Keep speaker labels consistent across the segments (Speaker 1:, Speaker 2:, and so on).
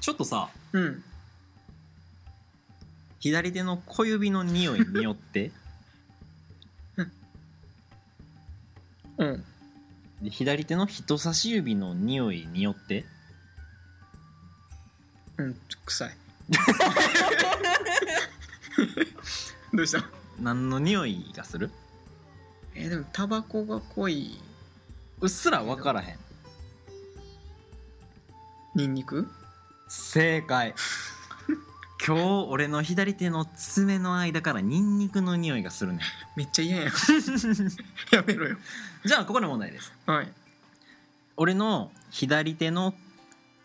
Speaker 1: ちょっとさ
Speaker 2: うん
Speaker 1: 左手の小指の匂いによって
Speaker 2: うん
Speaker 1: で左手の人差し指の匂いによって
Speaker 2: うん臭い どうした
Speaker 1: 何の匂いがする
Speaker 2: えでもタバコが濃いう
Speaker 1: っすら分からへん
Speaker 2: ニンニク
Speaker 1: 正解今日俺の左手の爪の間からニンニクの匂いがするね
Speaker 2: めっちゃ嫌やん やめろよ
Speaker 1: じゃあここで問題です
Speaker 2: はい
Speaker 1: 俺の左手の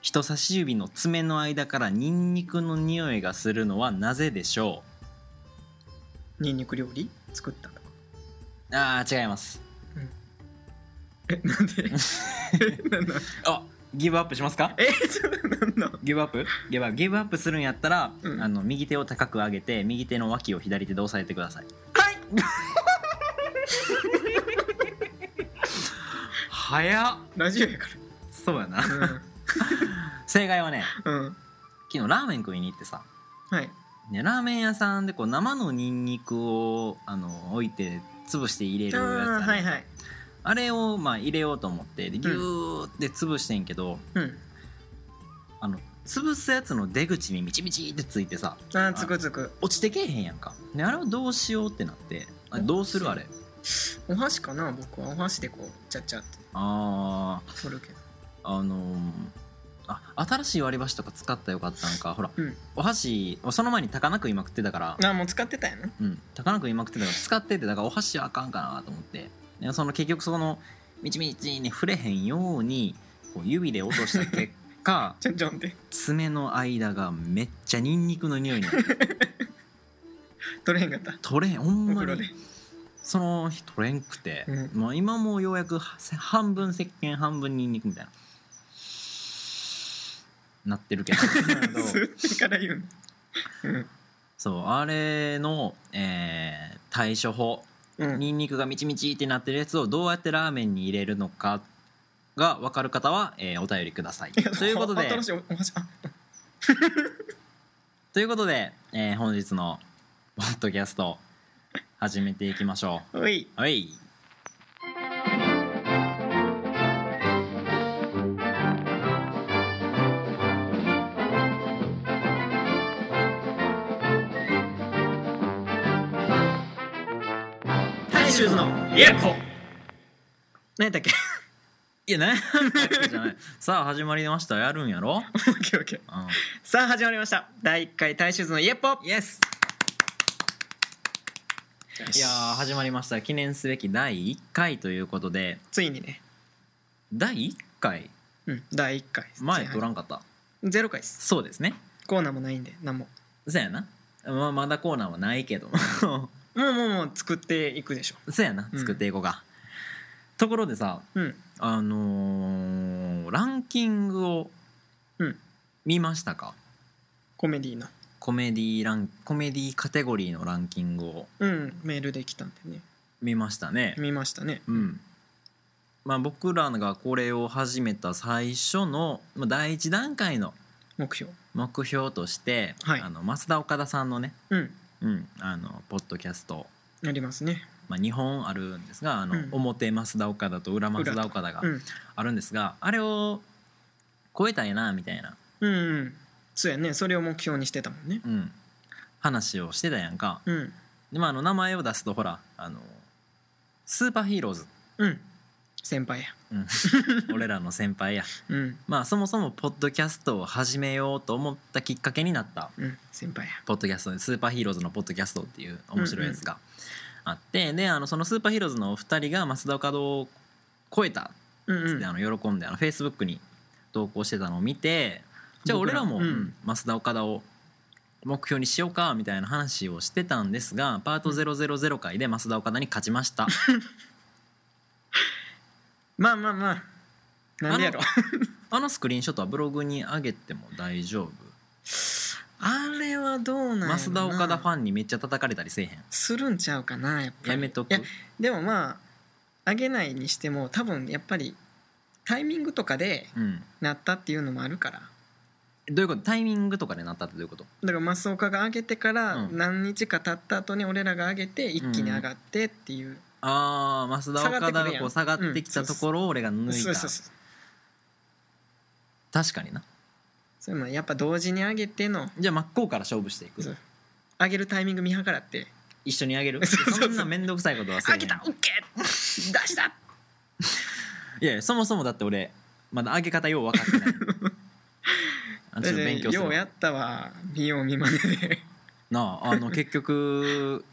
Speaker 1: 人差し指の爪の間からニンニクの匂いがするのはなぜでしょ
Speaker 2: ニンニク料理作ったとか
Speaker 1: うあー違います
Speaker 2: え なんでえなんなん
Speaker 1: あギブアップしますか
Speaker 2: えちょっとなんなん
Speaker 1: ギブアップギブアップギブアップするんやったら、
Speaker 2: うん
Speaker 1: あの右手を高く上げて右手の脇を左手で押さえてください
Speaker 2: はい
Speaker 1: 早っ
Speaker 2: ラジオやか
Speaker 1: そうやな
Speaker 2: ら
Speaker 1: 正解はね
Speaker 2: うん、うん、
Speaker 1: 昨日ラーメン食いに行ってさ
Speaker 2: はい
Speaker 1: ね、ラーメン屋さんでこう生のニンニクをあの置いて潰して入れ
Speaker 2: あ
Speaker 1: るやつあ
Speaker 2: ー
Speaker 1: る
Speaker 2: はいはい
Speaker 1: あれをまあ入れようと思ってでギューって潰してんけど、
Speaker 2: うん
Speaker 1: あの潰すやつの出口にみちみちってついてさ
Speaker 2: あーつくつく
Speaker 1: 落ちてけえへんやんかであれをどうしようってなってあどうするあれ
Speaker 2: お箸かな僕はお箸でこうちゃっちゃって
Speaker 1: あー
Speaker 2: 取るけど
Speaker 1: あのーあ新しい割り箸とか使ったらよかったんかほら、
Speaker 2: うん
Speaker 1: お箸その前に高菜食いまくってたから
Speaker 2: あーもう使ってたやな
Speaker 1: うん、高菜食いまくってたから使っててだからお箸はあかんかなと思ってでその結局そのみちみちに触れへんようにこう指で落とした結果
Speaker 2: ちょんちょんって
Speaker 1: 爪の間がめっちゃニンニクの匂いになって
Speaker 2: 取れへんかった
Speaker 1: 取れへんほん
Speaker 2: お
Speaker 1: ま
Speaker 2: 風呂で
Speaker 1: にその日取れんくて、
Speaker 2: う
Speaker 1: まあ、今もうようやくは半分石鹸半分ニンニクみたいななってる けど
Speaker 2: 吸ってから言うの
Speaker 1: そうあれの、えー対処法
Speaker 2: うんうん
Speaker 1: ニンニクがみちみちってなってるやつをどうやってラーメンに入れるのかが分かる方は、えーお便りください。
Speaker 2: や
Speaker 1: ということで
Speaker 2: 新しいおお箸あ
Speaker 1: ということで、えー本日のポッドキャスト始めていきましょ。
Speaker 2: おいう
Speaker 1: はい。
Speaker 2: 大衆の
Speaker 1: イエコ
Speaker 2: 何や ったっけ
Speaker 1: いやねじゃないさあ始まりましたやるんやろ、
Speaker 2: オッケーオッケー
Speaker 1: う
Speaker 2: さあ始まりました第一回大衆のイエッポ
Speaker 1: ん、イエスいやー始まりました記念すべき第1回ということで
Speaker 2: ついにね
Speaker 1: 第1回
Speaker 2: うん第一回
Speaker 1: 前取ら
Speaker 2: ン
Speaker 1: んかった
Speaker 2: ゼロ回です
Speaker 1: そうですね
Speaker 2: コーナーもないんで何も
Speaker 1: そうやな、まあ、まだコーナーはないけど
Speaker 2: もうもうもう作っていくでしょ
Speaker 1: そうやな
Speaker 2: うん
Speaker 1: 作っていこうか、ところでさ
Speaker 2: うん
Speaker 1: あのーランキングを
Speaker 2: うん
Speaker 1: 見ましたか、
Speaker 2: コメディの
Speaker 1: コメディランコメディカテゴリーのランキングを
Speaker 2: うんメールできたんでね
Speaker 1: 見ましたね
Speaker 2: 見ましたね
Speaker 1: うんまあ僕らがこれを始めた最初の、まあ、第一段階の
Speaker 2: 目標
Speaker 1: 目標として、
Speaker 2: はい
Speaker 1: あの増田岡田さんのね、
Speaker 2: うん
Speaker 1: うん、あのポッドキャスト
Speaker 2: ありますね
Speaker 1: まあ、2本あるんですがあの、
Speaker 2: うん
Speaker 1: 表増田岡田と裏増田岡田が
Speaker 2: うん
Speaker 1: あるんですが、あれを超えたいなみたいな、
Speaker 2: うんうんそうやねそれを目標にしてたもんね
Speaker 1: うん、話をしてたやんか
Speaker 2: うん
Speaker 1: で、まあ、あの名前を出すとほらあのスーパーヒーロー ズ、
Speaker 2: うん先輩や
Speaker 1: うん俺らの先輩や、
Speaker 2: うん
Speaker 1: まあ、そもそもポッドキャストを始めようと思ったきっかけになった
Speaker 2: うん先輩や
Speaker 1: ポッドキャストでスーパーヒーローズのポッドキャストっていう面白いやつがあって、であのそのスーパーヒーローズのお二人が増田岡田を超えた
Speaker 2: うんうん
Speaker 1: であの喜んであのフェイスブックに投稿してたのを見てじゃあ
Speaker 2: 僕
Speaker 1: 俺らも、
Speaker 2: うん
Speaker 1: うん増田岡田を目標にしようかみたいな話をしてたんですがパート000回で増田岡田に勝ちました
Speaker 2: まあまあまあなんでやろ
Speaker 1: あのスクリーンショットはブログに上げても大丈夫
Speaker 2: あれはどうなんやろな
Speaker 1: 増田岡田ファンにめっちゃ叩かれたりせえへん
Speaker 2: するんちゃうかなやっぱり
Speaker 1: やめと
Speaker 2: い
Speaker 1: く
Speaker 2: でもまああげないにしても多分やっぱりタイミングとかで
Speaker 1: うん
Speaker 2: なったっていうのもあるから
Speaker 1: どういうことタイミングとかでなったってどういうこと
Speaker 2: だからマスオカが上げてから
Speaker 1: うん
Speaker 2: 何日か経った後に俺らが上げて一気に上がってっていう、
Speaker 1: ああ増田岡田がこう下
Speaker 2: 下
Speaker 1: が
Speaker 2: が
Speaker 1: っ
Speaker 2: ってくるやん
Speaker 1: てきたところを俺が抜い
Speaker 2: そう
Speaker 1: た
Speaker 2: そうそう
Speaker 1: 確かにな
Speaker 2: それもやっぱ同時に上げての
Speaker 1: じゃあ真っ向から勝負していく
Speaker 2: そう上げるタイミング見計らって
Speaker 1: 一緒にあげる
Speaker 2: そうそうそう
Speaker 1: そんな面倒くさいことは
Speaker 2: 「
Speaker 1: せえへ
Speaker 2: 上
Speaker 1: ん
Speaker 2: げたオッケー出した!」
Speaker 1: いやいやそもそもだって俺まだ上げ方よう分か ってないあちょっと勉強す
Speaker 2: よう
Speaker 1: る
Speaker 2: やったわ見よう見まねで
Speaker 1: なああの結局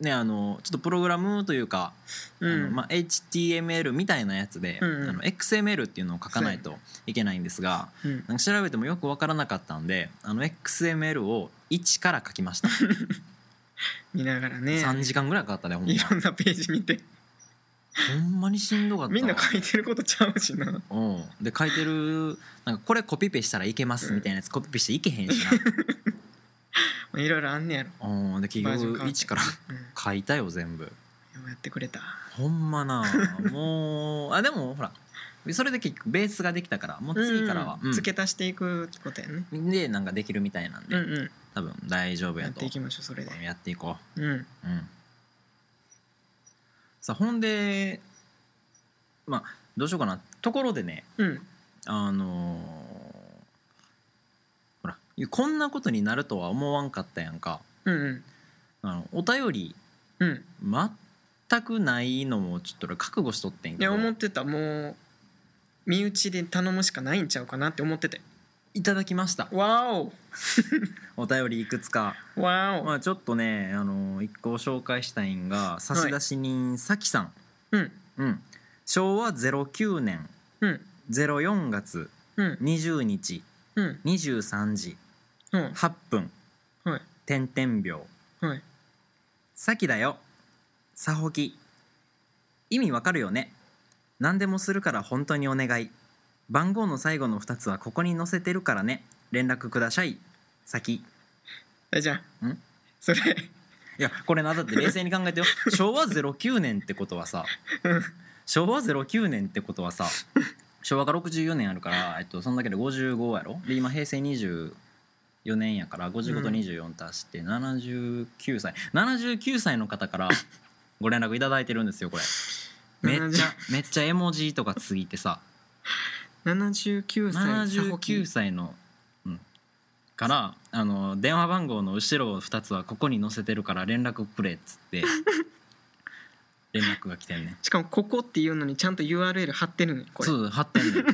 Speaker 1: ねあのちょっとプログラムというか、
Speaker 2: う
Speaker 1: あの
Speaker 2: ん、
Speaker 1: まあ、HTML みたいなやつで、
Speaker 2: うんうん
Speaker 1: あの XML っていうのを書かないといけないんですが
Speaker 2: うん
Speaker 1: なんか調べてもよく分からなかったんであの XML を1から書きました
Speaker 2: 見ながらね
Speaker 1: 3時間ぐらいかかったねほんま
Speaker 2: いろんなページ見て
Speaker 1: ほんまにしんどかったわ
Speaker 2: みんな書いてることちゃうしな
Speaker 1: うん、で書いてるなんかこれコピペしたらいけますみたいなやつコピペしていけへんし
Speaker 2: まあいろいろあんねやろ、
Speaker 1: な、うん、で結
Speaker 2: バージョン変わ
Speaker 1: 局
Speaker 2: って
Speaker 1: 1から
Speaker 2: うん、よ
Speaker 1: 書いたよ全部
Speaker 2: うやってくれた
Speaker 1: ほんまなもうあでもほらそれで結局ベースができたからもう次からは、
Speaker 2: うん
Speaker 1: うん
Speaker 2: 付け足していくってことやね
Speaker 1: でなんかできるみたいなんで、
Speaker 2: うんう
Speaker 1: 多分大丈夫
Speaker 2: んや
Speaker 1: や
Speaker 2: っ
Speaker 1: と
Speaker 2: ていきましょうそれで
Speaker 1: やっていこ
Speaker 2: うん
Speaker 1: ううんさあほんでまあどうしようかなところでね
Speaker 2: うん
Speaker 1: あのーほらこんなことになるとは思わんかったやんか
Speaker 2: うんうん
Speaker 1: あのお便り
Speaker 2: うん
Speaker 1: 全くないのもちょっと俺覚悟しとってん
Speaker 2: い
Speaker 1: け
Speaker 2: や
Speaker 1: ど
Speaker 2: 思ってたもう身内で頼むしかないんちゃうかなって思ってて
Speaker 1: いただきました
Speaker 2: わお
Speaker 1: お便りいくつか、
Speaker 2: わ
Speaker 1: ま
Speaker 2: お
Speaker 1: あ、ちょっとね、あのー一個紹介したいんが差出人さきさん、
Speaker 2: うん
Speaker 1: うん、昭和09年
Speaker 2: うん
Speaker 1: 04月
Speaker 2: うん
Speaker 1: 20日
Speaker 2: うん
Speaker 1: 23時
Speaker 2: うん
Speaker 1: 8分
Speaker 2: はい
Speaker 1: 点々秒
Speaker 2: はい
Speaker 1: さきだよ。さほき。意味わかるよね。何でもするから本当にお願い。番号の最後の2つはここに載せてるからね。連絡ください。さき。い
Speaker 2: 大丈夫
Speaker 1: ん
Speaker 2: それ
Speaker 1: や、これな、だって冷静に考えてよ。昭和09年ってことはさ
Speaker 2: うん、
Speaker 1: 昭和09年ってことはさ、昭和が64年あるから、えっと、そんだけで55やろで、今平成24年やから、55と24足して79歳。79歳の方からご連絡いただいてるんですよ、これ。めっちゃめっちゃ絵文字とかついてさ
Speaker 2: 79歳サホキ
Speaker 1: 79歳の、うん、からあの電話番号の後ろ2つはここに載せてるから連絡くれっつって 連絡が来てんねん
Speaker 2: しかもここっていうのにちゃんと URL 貼ってるねこれ
Speaker 1: そう貼ってん ねん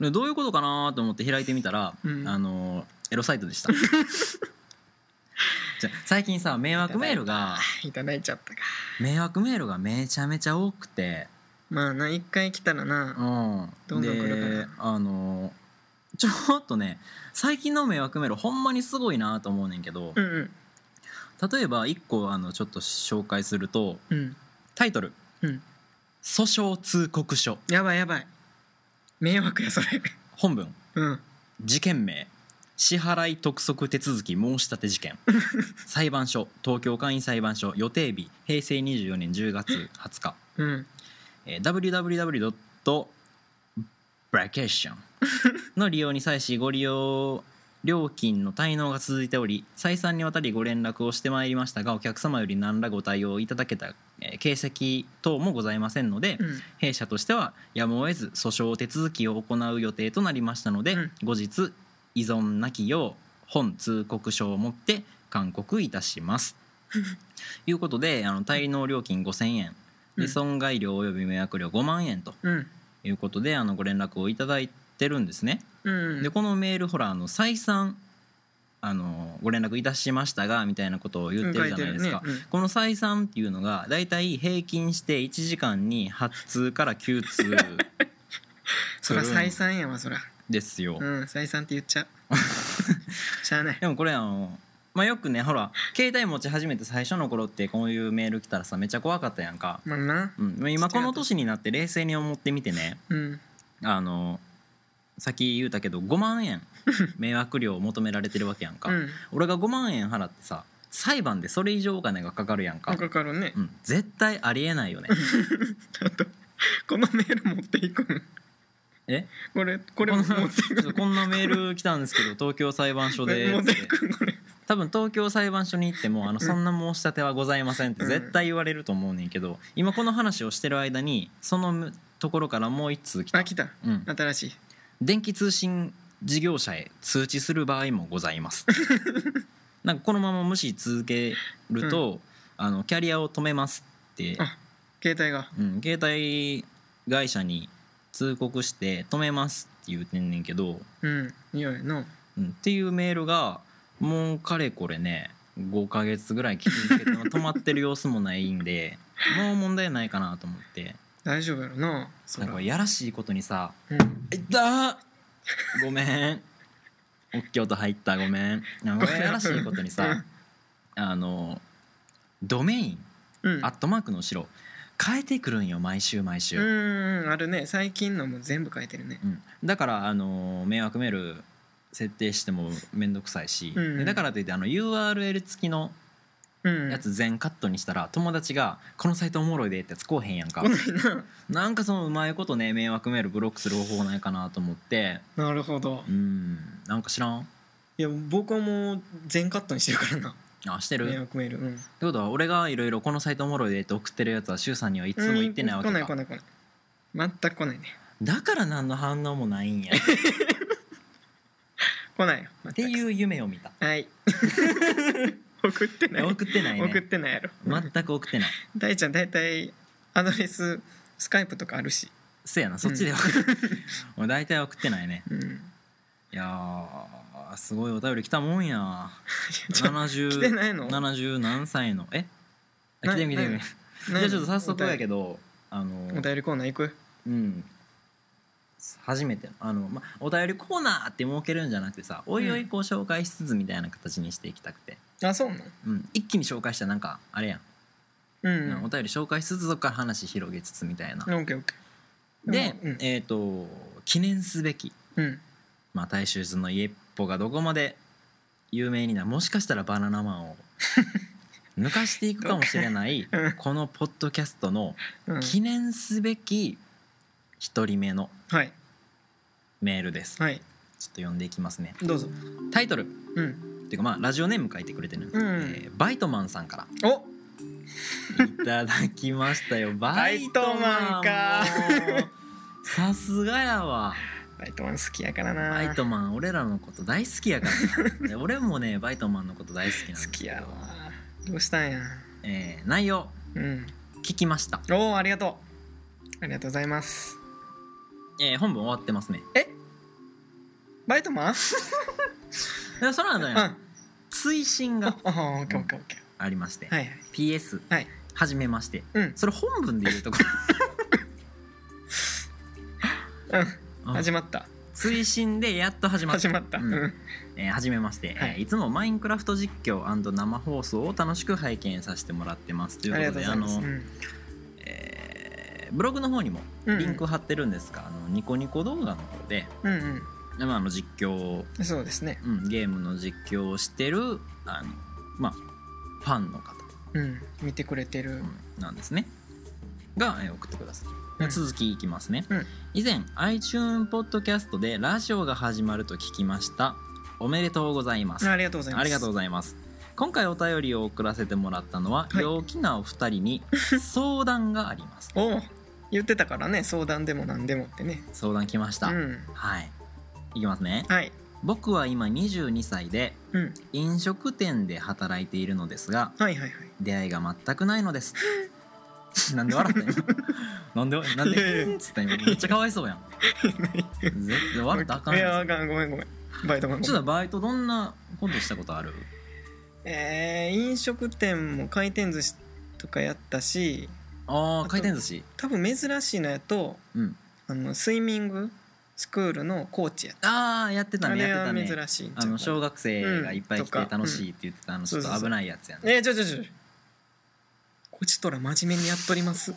Speaker 1: でどういうことかなと思って開いてみたら、
Speaker 2: うん
Speaker 1: あのエロサイトで したじゃあ最近さ迷惑メールが
Speaker 2: いただいちゃったか
Speaker 1: 迷惑メールがめちゃめちゃ多くて
Speaker 2: まあな一回来たらな
Speaker 1: うん、
Speaker 2: どんどん来るから
Speaker 1: であのちょっとね最近の迷惑メールほんまにすごいなと思うねんけど、
Speaker 2: うんうん
Speaker 1: 例えば一個あのちょっと紹介すると
Speaker 2: うん
Speaker 1: タイトル
Speaker 2: うん
Speaker 1: 「訴訟通告書
Speaker 2: やばいやばい迷惑やそれ」
Speaker 1: 本文
Speaker 2: うん
Speaker 1: 事件名支払い督促手続き申し立て事 件裁判所東京簡易裁判所予定日平成24年10月20日、
Speaker 2: うん
Speaker 1: えー www.vacation の利用に際しご利用料金の滞納が続いており再三にわたりご連絡をしてまいりましたがお客様より何らご対応いただけたえー形跡等もございませんので、
Speaker 2: うん
Speaker 1: 弊社としてはやむを得ず訴訟手続きを行う予定となりましたので、
Speaker 2: うん
Speaker 1: 後日依存なきよう本通告書を持って勧告いたし ます。ということであの滞納料金5,000円
Speaker 2: う
Speaker 1: で
Speaker 2: ん
Speaker 1: 損害料及び迷惑料5万円と
Speaker 2: うん
Speaker 1: いうことであのご連絡をいただいてるんですね。
Speaker 2: うん
Speaker 1: でこのメールほらあの再三あのご連絡いたしましたがみたいなことを言ってるじゃないですか。
Speaker 2: うん書いてるね
Speaker 1: この再三っていうのがだいたい平均して1時間に8通から9通
Speaker 2: うんそら再三やわそら
Speaker 1: ですよ、
Speaker 2: うん再三って言っちゃ うしゃあない
Speaker 1: でもこれあの、まあ、よくねほら携帯持ち始めて最初の頃ってこういうメール来たらさめっちゃ怖かったやんか、
Speaker 2: まあな
Speaker 1: うん、今この年になって冷静に思ってみてね
Speaker 2: うん
Speaker 1: あのさっき言うたけど5万 円迷惑料を求められてるわけやんか、
Speaker 2: うん
Speaker 1: 俺が5万円払ってさ裁判でそれ以上お金がかかるやんか、
Speaker 2: かかるね
Speaker 1: うん、絶対ありえないよね
Speaker 2: あとこのメール持っていくん
Speaker 1: え
Speaker 2: これこれ
Speaker 1: こ
Speaker 2: 持
Speaker 1: ん
Speaker 2: って
Speaker 1: な
Speaker 2: く
Speaker 1: ち ょっとこんなメール来たんですけど東京裁判所で
Speaker 2: 持ってくこれ
Speaker 1: 多分東京裁判所に行ってもあのそんな申し立てはございませんって
Speaker 2: うん
Speaker 1: 絶対言われると思うねんけど今この話をしてる間にそのむところからもう一通来た
Speaker 2: あ、来た
Speaker 1: うん、
Speaker 2: 新しい
Speaker 1: 電気通信事業者へ通知する場合もござい ますなんかこのまま無視続けると、あのキャリアを止めますって
Speaker 2: あ、携帯が
Speaker 1: うん、携帯会社に通告して止めますって言うてんねんけど、
Speaker 2: うん匂いの
Speaker 1: うん、っていうメールがもうかれこれね5ヶ月ぐらい来続けても止まってる様子もないん でもう問題ないかなと思って
Speaker 2: 大丈夫やろなそ
Speaker 1: なん
Speaker 2: ら
Speaker 1: かやらしいことにさ
Speaker 2: うん
Speaker 1: 「いったーごめん」「おっきい音入ったごめん」なんかやらしいことにさあのドメイン、
Speaker 2: うん
Speaker 1: アットマークの後ろ変えてくるんよ毎週毎週。
Speaker 2: うんうんあるね最近のも全部変えてるね
Speaker 1: うん、だからあの迷惑メール設定しても面倒くさいし、
Speaker 2: うん
Speaker 1: でだからといってあの URL 付きの
Speaker 2: うん
Speaker 1: やつ全カットにしたら友達が「このサイトおもろいで」ってやつこうへんやんか
Speaker 2: 来ないな
Speaker 1: なんかそのうまいことね迷惑メールブロックする方法ないかなと思って
Speaker 2: なるほど
Speaker 1: うんなんか知らん
Speaker 2: いや僕はもう全カットにしてるからな
Speaker 1: あして
Speaker 2: 迷
Speaker 1: るっ
Speaker 2: 惑メールうん
Speaker 1: てことは俺がいろいろ「このサイトおもろいで」って送ってるやつは柊さんにはいつも言ってないわけ
Speaker 2: うん来
Speaker 1: か
Speaker 2: ない来ない来ない全く来ないね
Speaker 1: だから何の反応もない んやっ
Speaker 2: 来ないよって
Speaker 1: いうう夢を見た
Speaker 2: はい送ってない
Speaker 1: 送ってないね
Speaker 2: 送ってないやろ
Speaker 1: 全く送ってない
Speaker 2: 大ちゃん大体アドレススカイプとかあるし
Speaker 1: せやなそっちで送 る、俺大体送ってないね
Speaker 2: うんい
Speaker 1: いやーすごいお便り来たもんや
Speaker 2: やちょ来て
Speaker 1: 70
Speaker 2: ないの
Speaker 1: 七十何歳のえあ
Speaker 2: な
Speaker 1: 来てみてみ
Speaker 2: な
Speaker 1: てじゃあちょっと早速やけ
Speaker 2: ど
Speaker 1: どあ
Speaker 2: お
Speaker 1: の
Speaker 2: 便りコーナー行く
Speaker 1: うん初めてあの、ま、お便りコーナーって設けるんじゃなくてさおいおいこう紹介しつつみたいな形にしていきたくて、
Speaker 2: あそうなん
Speaker 1: うん、一気に紹介したらなんかあれやん、
Speaker 2: うんう
Speaker 1: お
Speaker 2: ん
Speaker 1: 便り紹介しつつそっから話広げつつみたいな、
Speaker 2: オッケーオッケー
Speaker 1: で、
Speaker 2: うん
Speaker 1: えっ、と記念すべき
Speaker 2: うん
Speaker 1: まあ、大衆図の家っぽがどこまで有名になるもしかしたらバナナマ ンを抜かしていくかもしれない
Speaker 2: うん
Speaker 1: このポッドキャストの
Speaker 2: うん
Speaker 1: 記念すべき1人目の
Speaker 2: はい
Speaker 1: メールですちょっ
Speaker 2: はい
Speaker 1: と読んでいきますね
Speaker 2: どうぞ
Speaker 1: タイトルっ
Speaker 2: うん
Speaker 1: ていうかまあラジオネーム書いてくれてるんで、
Speaker 2: うん
Speaker 1: えーバイトマンさんから
Speaker 2: お
Speaker 1: いただきましたよバイトマン
Speaker 2: バイトマンか
Speaker 1: もうさすがやわ
Speaker 2: バイトマン好きやからな
Speaker 1: バイトマン俺らのこと大好きやからな で俺もねバイトマンのこと大好きなんです
Speaker 2: 好き
Speaker 1: けど
Speaker 2: やわどうしたんや
Speaker 1: えー内容
Speaker 2: うん
Speaker 1: 聞きました、
Speaker 2: おおありがとうありがとうございます
Speaker 1: えー本文終わってますね
Speaker 2: バイトマン
Speaker 1: でその後
Speaker 2: う
Speaker 1: ね
Speaker 2: んあ
Speaker 1: 追伸が
Speaker 2: あオッケーオッケーオッケ
Speaker 1: ありまして、
Speaker 2: ーはいはい
Speaker 1: PS
Speaker 2: はい
Speaker 1: はじめまして
Speaker 2: うん
Speaker 1: それ本文で言うところ
Speaker 2: うん 始まった
Speaker 1: 追伸でやっと始まった
Speaker 2: 始まったう
Speaker 1: うん
Speaker 2: ん
Speaker 1: えーはじめまして、
Speaker 2: はい
Speaker 1: えーいつもマインクラフト実況生放送を楽しく拝見させてもらってますとい
Speaker 2: あり
Speaker 1: う
Speaker 2: が
Speaker 1: ことと
Speaker 2: うご
Speaker 1: で
Speaker 2: ざいます
Speaker 1: の、
Speaker 2: うん
Speaker 1: えーブログの方にも
Speaker 2: うん
Speaker 1: リンク貼ってるんですが、あのニコニコ動画の方で、
Speaker 2: うん
Speaker 1: まあ、あの実況、
Speaker 2: うんそうですね
Speaker 1: うん、ゲームの実況をしてるあの、まあ、ファンの方
Speaker 2: うん見てくれてる
Speaker 1: なんですねが、えー送ってください、
Speaker 2: うん
Speaker 1: 続きいきますね、
Speaker 2: うん
Speaker 1: 以前 iTunes ポッドキャストでラジオが始まると聞きましたおめでとうございます
Speaker 2: ありがとうございます
Speaker 1: ありがとうございます今回お便りを送らせてもらったのは、
Speaker 2: はい
Speaker 1: 陽気なお二人 に相談があります
Speaker 2: おお言ってたからね相談でも何でもってね
Speaker 1: 相談来ました、
Speaker 2: うん
Speaker 1: はいいきますね
Speaker 2: はい
Speaker 1: 僕は今22歳で
Speaker 2: うん
Speaker 1: 飲食店で働いているのですが
Speaker 2: はいはいはい
Speaker 1: 出会いが全くないの ですなんで笑った今なんでなん
Speaker 2: いやい
Speaker 1: で
Speaker 2: や
Speaker 1: うんっつった今めっちゃかわいそうやん絶対笑ったらあかん
Speaker 2: い
Speaker 1: や
Speaker 2: や
Speaker 1: ん
Speaker 2: あかんごめんごめんバイトマン
Speaker 1: ちょっとバイトどんなことしたことある
Speaker 2: えー飲食店も回転寿司とかやったし
Speaker 1: あ
Speaker 2: あ
Speaker 1: あ
Speaker 2: と
Speaker 1: 回転寿司
Speaker 2: 多分珍しいのやと
Speaker 1: うん
Speaker 2: あのスイミングスクールのコーチやっ
Speaker 1: ああやって
Speaker 2: た
Speaker 1: たねや
Speaker 2: あ
Speaker 1: って
Speaker 2: れ
Speaker 1: た
Speaker 2: は
Speaker 1: ね
Speaker 2: 珍しいんちゃうか
Speaker 1: あ
Speaker 2: な
Speaker 1: の小学生がいっぱい来て
Speaker 2: うんとか
Speaker 1: 楽しいって言ってたあのちょっ
Speaker 2: そうそう
Speaker 1: と
Speaker 2: そう
Speaker 1: 危ないやつやね
Speaker 2: えー、ちょちょちょこっちとら真面目にやっとります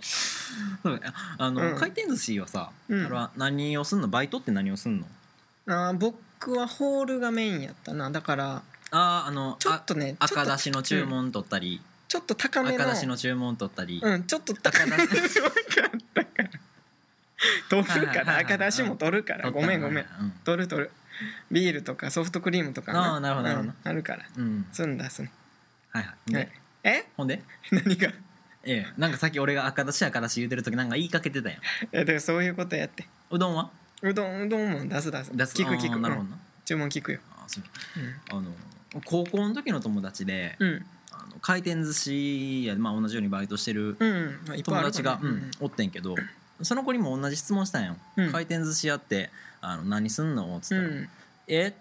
Speaker 1: そうああ
Speaker 2: う
Speaker 1: の
Speaker 2: ん
Speaker 1: 回転寿司はさあ
Speaker 2: うん
Speaker 1: れは何をすんのバイトって何をすんの
Speaker 2: あー僕はホールがメインやったなだから
Speaker 1: あああの
Speaker 2: ちょっとね
Speaker 1: あ
Speaker 2: ちょっ
Speaker 1: 赤
Speaker 2: と
Speaker 1: だしの注文取ったり
Speaker 2: ちょっと高めの
Speaker 1: 赤だしの注文取ったり
Speaker 2: うんちょっと高めの
Speaker 1: 赤だし
Speaker 2: 分かったから取るか
Speaker 1: はいはいはい
Speaker 2: ら
Speaker 1: はい
Speaker 2: 赤だしも取るからごめんごめん
Speaker 1: う
Speaker 2: 取る取るビールとかソフトクリームとか
Speaker 1: あーなるほどなるほど
Speaker 2: うんあるから
Speaker 1: ん、うん、
Speaker 2: すんだすん
Speaker 1: はいはいで、
Speaker 2: はいえ
Speaker 1: ほんで
Speaker 2: 何が
Speaker 1: ええなんかさっき俺が赤だし赤だし言うてる時なんか言いかけてたやん
Speaker 2: えだからそういうことやって
Speaker 1: うどんは
Speaker 2: うどんうどんも出す出す
Speaker 1: 出す
Speaker 2: 聞く聞
Speaker 1: あ
Speaker 2: く
Speaker 1: ーなるほ
Speaker 2: う
Speaker 1: ど
Speaker 2: ん
Speaker 1: な、
Speaker 2: 注文聞くよ
Speaker 1: あそうあの高校の時の友達で、
Speaker 2: うんうん
Speaker 1: あの回転寿司やで、まあ、同じようにバイトしてる
Speaker 2: うんまあいっぱい
Speaker 1: 友
Speaker 2: ある
Speaker 1: 達
Speaker 2: から
Speaker 1: が、
Speaker 2: ね
Speaker 1: うんおってんけどその子にも同じ質問したんよ、
Speaker 2: うん
Speaker 1: 回転寿司屋ってあの何すんの?」っつ
Speaker 2: う
Speaker 1: った
Speaker 2: ん
Speaker 1: ら「え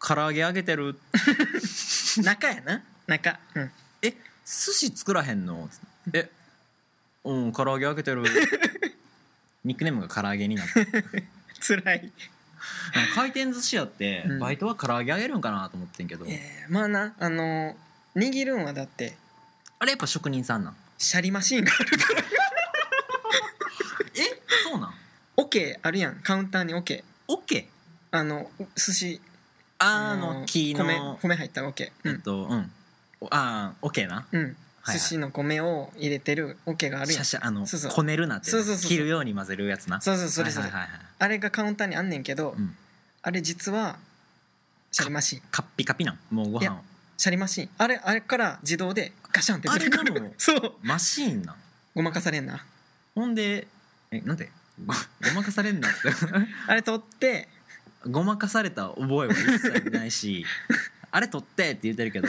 Speaker 1: 唐揚げ揚げてる
Speaker 2: うん中やな中うん
Speaker 1: え寿司作らへんの?」っつってえうん唐揚げ揚げて る」ニックネームが唐揚げになった
Speaker 2: 辛い
Speaker 1: なんか回転寿司屋って
Speaker 2: うん
Speaker 1: バイトは唐揚げ揚げるんかなと思ってんけど、
Speaker 2: えーまあなあのー握るんはだって
Speaker 1: あれやっぱ職人さんなん
Speaker 2: シャリマシーンがあるから
Speaker 1: えそうなん
Speaker 2: オケあるやんカウンターにオケ
Speaker 1: オッケー
Speaker 2: あの寿司
Speaker 1: あの木の、
Speaker 2: 米米入ったオケう
Speaker 1: えっ
Speaker 2: ん、
Speaker 1: とうんおあーオッケーな
Speaker 2: うん
Speaker 1: はい
Speaker 2: 寿司の米を入れてるオケがある
Speaker 1: シャ
Speaker 2: やんそ
Speaker 1: シャあの
Speaker 2: そうそう
Speaker 1: こねるなって
Speaker 2: そうそうそう
Speaker 1: 切るように混ぜるやつな
Speaker 2: うそうそれそれ、
Speaker 1: はいはいはいはい
Speaker 2: あれがカウンターにあんねんけど、
Speaker 1: うん
Speaker 2: あれ実はシャリマシーン
Speaker 1: カッピカピなんもうご
Speaker 2: い
Speaker 1: 飯を
Speaker 2: やシャリマシーンあれあれから自動でガシャンって出てく
Speaker 1: あれな
Speaker 2: る
Speaker 1: の
Speaker 2: そう
Speaker 1: マシーンなん
Speaker 2: ごまかされんな
Speaker 1: ほんでえなんでごごまかされんなって
Speaker 2: あれ取って
Speaker 1: ごまかされた覚えは一切ない しあれ取ってって言ってるけど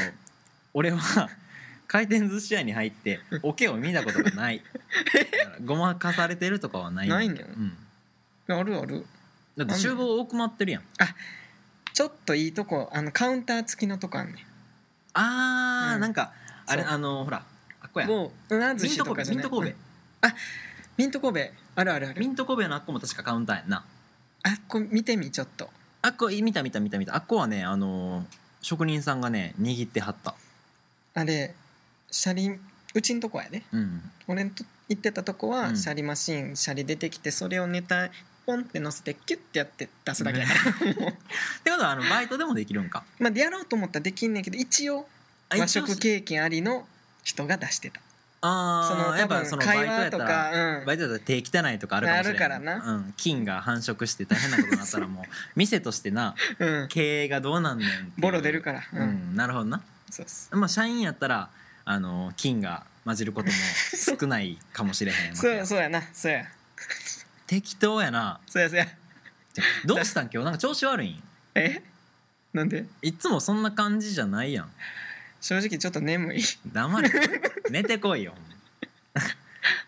Speaker 1: 俺は回転寿司屋に入っておけを見たことがない だからごまかされてるとかはない
Speaker 2: ない
Speaker 1: ん
Speaker 2: ん
Speaker 1: だ
Speaker 2: だ
Speaker 1: よ
Speaker 2: よ
Speaker 1: うん、
Speaker 2: あるある
Speaker 1: だって厨房多く待ってるやん
Speaker 2: ちょっといいとこあのカウンター付きのとこあんね
Speaker 1: あー、
Speaker 2: うん
Speaker 1: なんかあれ
Speaker 2: そう
Speaker 1: あのほらあっこや
Speaker 2: んもううな寿
Speaker 1: ミン
Speaker 2: 司
Speaker 1: ト
Speaker 2: と
Speaker 1: 神
Speaker 2: か
Speaker 1: 戸
Speaker 2: じ
Speaker 1: ミ
Speaker 2: ゃ
Speaker 1: ン
Speaker 2: な
Speaker 1: ト
Speaker 2: い
Speaker 1: 神戸
Speaker 2: うんミント神戸あるあるあ
Speaker 1: ミ
Speaker 2: る
Speaker 1: ント神戸のあっこも確かカウンターやんな
Speaker 2: あこれ見てみちょっと
Speaker 1: あっこ見た見た見た見たあっこはねあのー職人さんがね握ってはった
Speaker 2: あれシャリうちんとこやで
Speaker 1: うん
Speaker 2: 俺んと行ってたとこは、
Speaker 1: うん
Speaker 2: シャリマシーンシャリ出てきてそれをネタポンって乗せてキュッてやって出すだけやからもう
Speaker 1: ってことはあのバイトでもできるんか
Speaker 2: まあやろうと思ったらできんねんけど一応
Speaker 1: あ
Speaker 2: 和
Speaker 1: 一応
Speaker 2: 食経験ありの人が出してたそ
Speaker 1: あ
Speaker 2: の
Speaker 1: あや
Speaker 2: 多
Speaker 1: っぱそ
Speaker 2: 分
Speaker 1: のバイト
Speaker 2: 会
Speaker 1: や
Speaker 2: 話
Speaker 1: った
Speaker 2: と
Speaker 1: ら
Speaker 2: かう
Speaker 1: バ
Speaker 2: ん
Speaker 1: イトだったら手汚いとかあるかもしれん
Speaker 2: あるからな
Speaker 1: うん、菌が繁殖して大変なことになったら もう店としてな
Speaker 2: うん
Speaker 1: 経営がどうなんねんっていう
Speaker 2: ボロ出るから
Speaker 1: う、
Speaker 2: うんん
Speaker 1: なるほどな
Speaker 2: そうっす
Speaker 1: まあ社員やったらあの菌が混じることも少ないかもしれへんわけ
Speaker 2: そう
Speaker 1: や
Speaker 2: やそうやなそうや
Speaker 1: 適当やな
Speaker 2: そうやそうや
Speaker 1: どうしたん今日なんか調子悪いん
Speaker 2: えなんで
Speaker 1: いつもそんな感じじゃないやん
Speaker 2: 正直ちょっと眠い
Speaker 1: 黙れ寝てこいよほん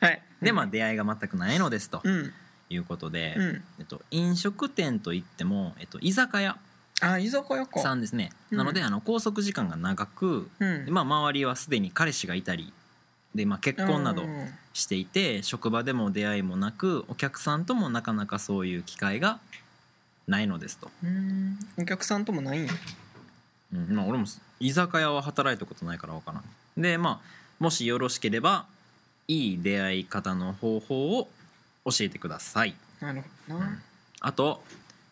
Speaker 1: ま
Speaker 2: はい
Speaker 1: でまあ出会いが全くないのですと
Speaker 2: うん
Speaker 1: いうことで、
Speaker 2: うん
Speaker 1: えっと、飲食店といっても、えっと、居酒屋
Speaker 2: あ居酒屋
Speaker 1: さ
Speaker 2: か
Speaker 1: んですね、
Speaker 2: うん
Speaker 1: なのであの拘束時間が長く、
Speaker 2: うん
Speaker 1: でまあ、周りはすでに彼氏がいたりで、まあ、結婚など
Speaker 2: うん
Speaker 1: していて、職場でも出会いもなくお客さんともなかなかそういう機会がないのですと、
Speaker 2: うんお客さんともないんや
Speaker 1: うんまあ、俺も居酒屋は働いたことないから分からんでまあもしよろしければいい出会い方の方法を教えてください
Speaker 2: なるほど
Speaker 1: うん
Speaker 2: な
Speaker 1: あと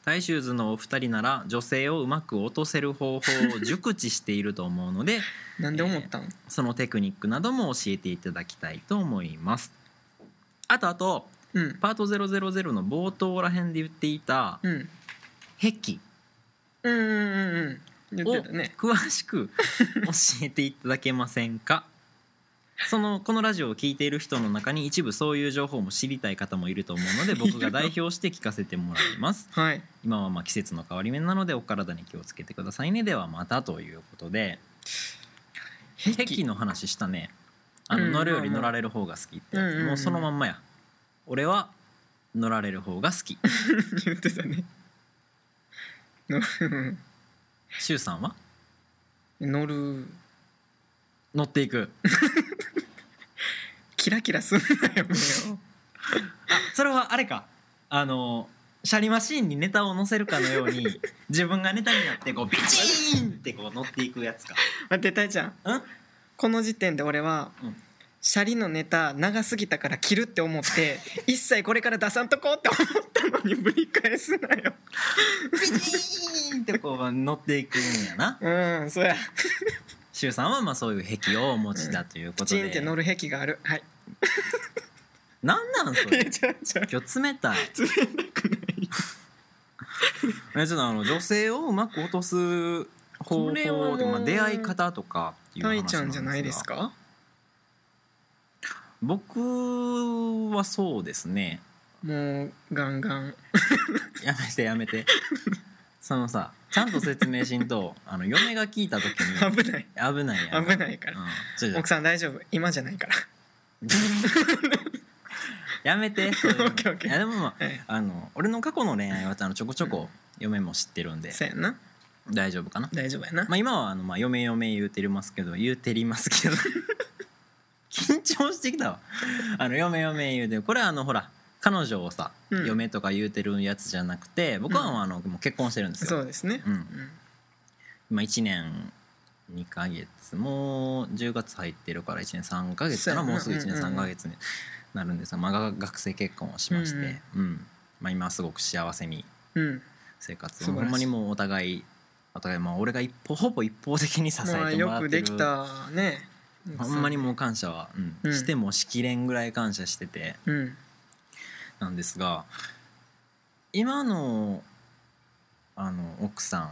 Speaker 1: 大衆図のお二人なら女性をうまく落とせる方法を熟知していると思うので
Speaker 2: なんで思ったん
Speaker 1: そのテクニックなども教えていただきたいと思いますあとあと
Speaker 2: うん
Speaker 1: パート000の冒頭ら辺で言っていた
Speaker 2: うん
Speaker 1: 壁
Speaker 2: うんうんうんうん
Speaker 1: を
Speaker 2: 言ってたね
Speaker 1: 詳しく教えていただけませんかそのこのラジオを聞いている人の中に一部そういう情報も知りたい方もいると思うので僕が代表して聞かせてもらいます
Speaker 2: はい
Speaker 1: 今はまあ季節の変わり目なのでお体に気をつけてくださいねではまたということで
Speaker 2: 壁
Speaker 1: 壁の話したねあの
Speaker 2: うん
Speaker 1: 乗るより乗られる方が好きってや
Speaker 2: うんうん
Speaker 1: つ
Speaker 2: うん
Speaker 1: もうそのまんまや俺は乗られる方が好き
Speaker 2: 言ってたねのうん
Speaker 1: 柊さんは
Speaker 2: 乗る
Speaker 1: 乗っていく
Speaker 2: キラキラすんなよもう
Speaker 1: それはあれかあのシャリマシーンにネタを載せるかのように自分がネタになってこうビチーンってこう乗っていくやつか
Speaker 2: 待ってたいちゃん
Speaker 1: うん
Speaker 2: この時点で俺は、
Speaker 1: うん
Speaker 2: シャリのネタ長すぎたから切るって思 って一切これから出さんとこうって思ったのにぶり返すなよ
Speaker 1: ビチーンってこう乗っていくんやな
Speaker 2: うんそうや
Speaker 1: 柊さんはまあそういう癖をお持ちだというこ
Speaker 2: プ
Speaker 1: とで、
Speaker 2: チンって乗る癖があるはい
Speaker 1: なんなんそ
Speaker 2: い や
Speaker 1: れ
Speaker 2: じゃあじゃあ
Speaker 1: 今日冷たい
Speaker 2: 冷たくない
Speaker 1: えちょっとあの女性をうまく落とす方
Speaker 2: これはも
Speaker 1: 法
Speaker 2: う
Speaker 1: とか、まあ、出会い方とかっていう話なん
Speaker 2: タイ
Speaker 1: で
Speaker 2: ち
Speaker 1: す
Speaker 2: ゃ
Speaker 1: が
Speaker 2: んじゃないですか
Speaker 1: 僕はそうですね
Speaker 2: もうガンガン
Speaker 1: やめてやめ てそのさちゃんと説明しんとあの嫁が聞いた時に
Speaker 2: 危ない
Speaker 1: 危ないやん
Speaker 2: 危ないから
Speaker 1: うんちょちょ
Speaker 2: 奥さん大丈夫今じゃないから
Speaker 1: やめてそういうの
Speaker 2: オッケーオッケー
Speaker 1: いやでも、まあ
Speaker 2: ええ、
Speaker 1: あの俺の過去の恋愛はあのちょこちょこ嫁も知ってるんで
Speaker 2: そうやんな
Speaker 1: 大丈夫かな、
Speaker 2: 大丈夫やな、
Speaker 1: まあ、今はあの、まあ、嫁嫁言うてりますけど言うてりますけど 緊張してきたわあの嫁嫁言うてこれはあのほら彼女をさ、
Speaker 2: うん
Speaker 1: 嫁とか言うてるやつじゃなくて僕は
Speaker 2: うん
Speaker 1: あの、もう結婚してるんです
Speaker 2: そ
Speaker 1: よ、
Speaker 2: うですね、
Speaker 1: うん
Speaker 2: うん
Speaker 1: 今1年2ヶ月もう10月入ってるから1年3ヶ月かな
Speaker 2: そうやな
Speaker 1: もうすぐ1年
Speaker 2: うんうんうん
Speaker 1: 3ヶ月になるんですが、まあ、が学生結婚をしまして、うんまあ、今はすごく幸せに
Speaker 2: うん、
Speaker 1: 生活
Speaker 2: 素
Speaker 1: を
Speaker 2: 晴ら
Speaker 1: ほ
Speaker 2: しい
Speaker 1: んまにもうお互いお互い、まあ、俺が一方ほぼ一方的に支えても
Speaker 2: ま
Speaker 1: らっ
Speaker 2: あ
Speaker 1: てる、
Speaker 2: よくできたね
Speaker 1: ほんまにもう感謝は、うん
Speaker 2: うん
Speaker 1: してもしきれんぐらい感謝してて
Speaker 2: うん
Speaker 1: なんですが今のあの奥さん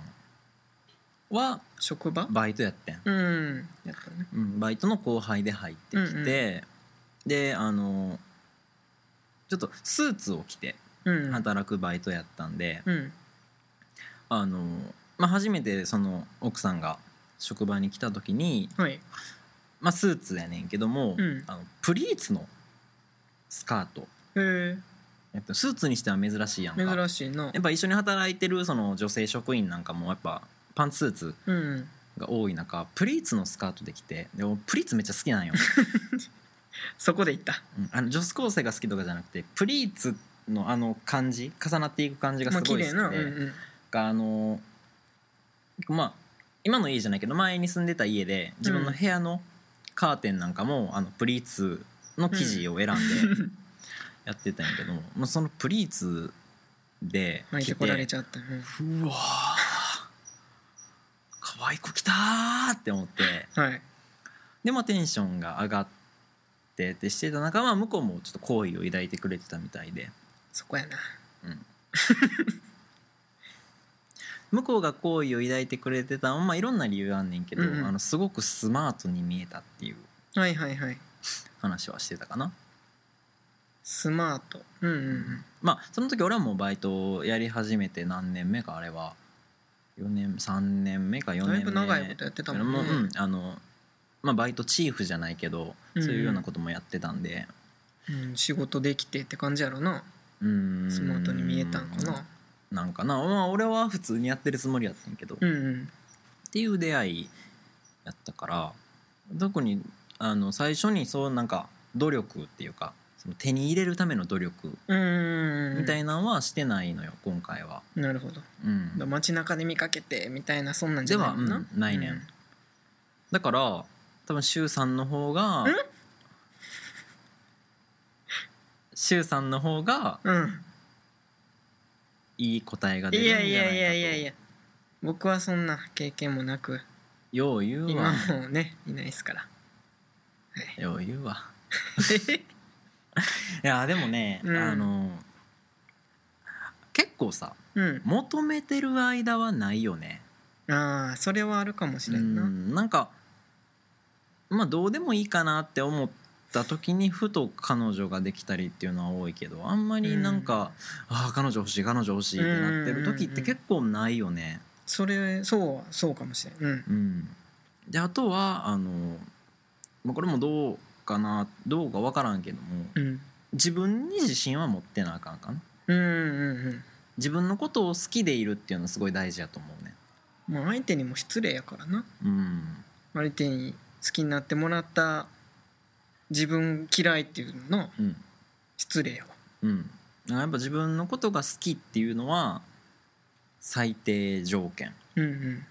Speaker 1: は
Speaker 2: 職場
Speaker 1: バイトやってん。
Speaker 2: うんやったね
Speaker 1: うん、バイトの後輩で入ってきて、
Speaker 2: うんうん
Speaker 1: であのちょっとスーツを着て
Speaker 2: うん
Speaker 1: 働くバイトやったんで、
Speaker 2: うん
Speaker 1: あのまあ、初めてその奥さんが職場に来た時に、
Speaker 2: はい
Speaker 1: まあ、スーツやねんけども、
Speaker 2: うん
Speaker 1: あのプリーツのスカート
Speaker 2: へ
Speaker 1: やっぱスーツにしては珍しいやん
Speaker 2: え
Speaker 1: かや
Speaker 2: 珍しいな
Speaker 1: っぱ一緒に働いてるその女性職員なんかもやっぱパンツスーツ
Speaker 2: うん
Speaker 1: が多い中プリーツのスカートできてでもプリーツめっちゃ好き なんよ
Speaker 2: そこで行った
Speaker 1: うんあの女子高生が好きとかじゃなくてプリーツのあの感じ重なっていく感じがす
Speaker 2: ま
Speaker 1: ご
Speaker 2: あ
Speaker 1: い
Speaker 2: 綺
Speaker 1: 好きで、
Speaker 2: 麗なうんうん
Speaker 1: あのまあ今の家じゃないけど前に住んでた家で自分の部屋のカーテンなんかも、あのプリーツの生地を選んでやってたんやけども、まあ、そのプリーツで
Speaker 2: 巻いて
Speaker 1: 着
Speaker 2: こられ
Speaker 1: て
Speaker 2: ちゃったうん
Speaker 1: うわー可愛い子来たーって思って
Speaker 2: はい
Speaker 1: でまあテンションが上がってってしてた中は向こうもちょっと好意を抱いてくれてたみたいで
Speaker 2: そこやな
Speaker 1: 向こうが好意を抱いてくれてたのはまあいろんな理由あんねんけど、
Speaker 2: うんうん
Speaker 1: あのすごくスマートに見えたっていう
Speaker 2: はいはいはい
Speaker 1: 話はしてたかな、
Speaker 2: スマートうんうん
Speaker 1: まあその時俺はもうバイトをやり始めて何年目かあれは4年3年目か4年
Speaker 2: うんだ
Speaker 1: 目
Speaker 2: いぶ長いことやってたもん
Speaker 1: もう、う
Speaker 2: ね
Speaker 1: んあのまあ、バイトチーフじゃないけどそういうようなこともやってたんで、
Speaker 2: うん仕事できてって感じやろな
Speaker 1: うーん
Speaker 2: スマートに見えたんかな
Speaker 1: なんかな、まあ、俺は普通にやってるつもりやったんけど、っ
Speaker 2: うんうん
Speaker 1: ていう出会いやったから特にあの最初にそうなんか努力っていうかその手に入れるための努力
Speaker 2: うん
Speaker 1: みたい
Speaker 2: な
Speaker 1: なのはしてないのよ、今回は、
Speaker 2: なるほど
Speaker 1: うん、
Speaker 2: 街中で見かけてみたいなそんなんじゃないもん
Speaker 1: では
Speaker 2: な
Speaker 1: うんないね
Speaker 2: うん
Speaker 1: だから多分周さんの方が
Speaker 2: ん
Speaker 1: 周さんの方が
Speaker 2: うん
Speaker 1: いい答えが
Speaker 2: い
Speaker 1: 出るんじゃ
Speaker 2: や
Speaker 1: ないいか
Speaker 2: や
Speaker 1: と
Speaker 2: いやいやいや僕はそんな経験もなく
Speaker 1: よう言う
Speaker 2: 今
Speaker 1: わ
Speaker 2: もうねいないで すから
Speaker 1: よう言うわいやでもね、
Speaker 2: うん
Speaker 1: あの結構さ
Speaker 2: うん
Speaker 1: 求めてる間はないよね
Speaker 2: ああそれはあるかもしれん
Speaker 1: う
Speaker 2: なん
Speaker 1: なんかまあどうでもいいかなって思った時にふと彼女ができたりっていうのは多いけどあんまりなんか、ああ彼女欲しい彼女欲しいってなってる時って結構ないよね。
Speaker 2: それそうそうかもしれんうん
Speaker 1: うん、であとはあの、まあ、これもどうかなどうか分からんけども
Speaker 2: うん
Speaker 1: 自分に自信は持ってなあかんかな。
Speaker 2: うんうんうん
Speaker 1: 自分のことを好きでいるっていうのはすごい大事だと思うね。
Speaker 2: もう相手にも失礼やからな
Speaker 1: うん、
Speaker 2: 相手に好きになってもらった自分嫌いっていうの
Speaker 1: うん
Speaker 2: 失礼やわ
Speaker 1: うん、やっぱ自分のことが好きっていうのは最低条件
Speaker 2: うん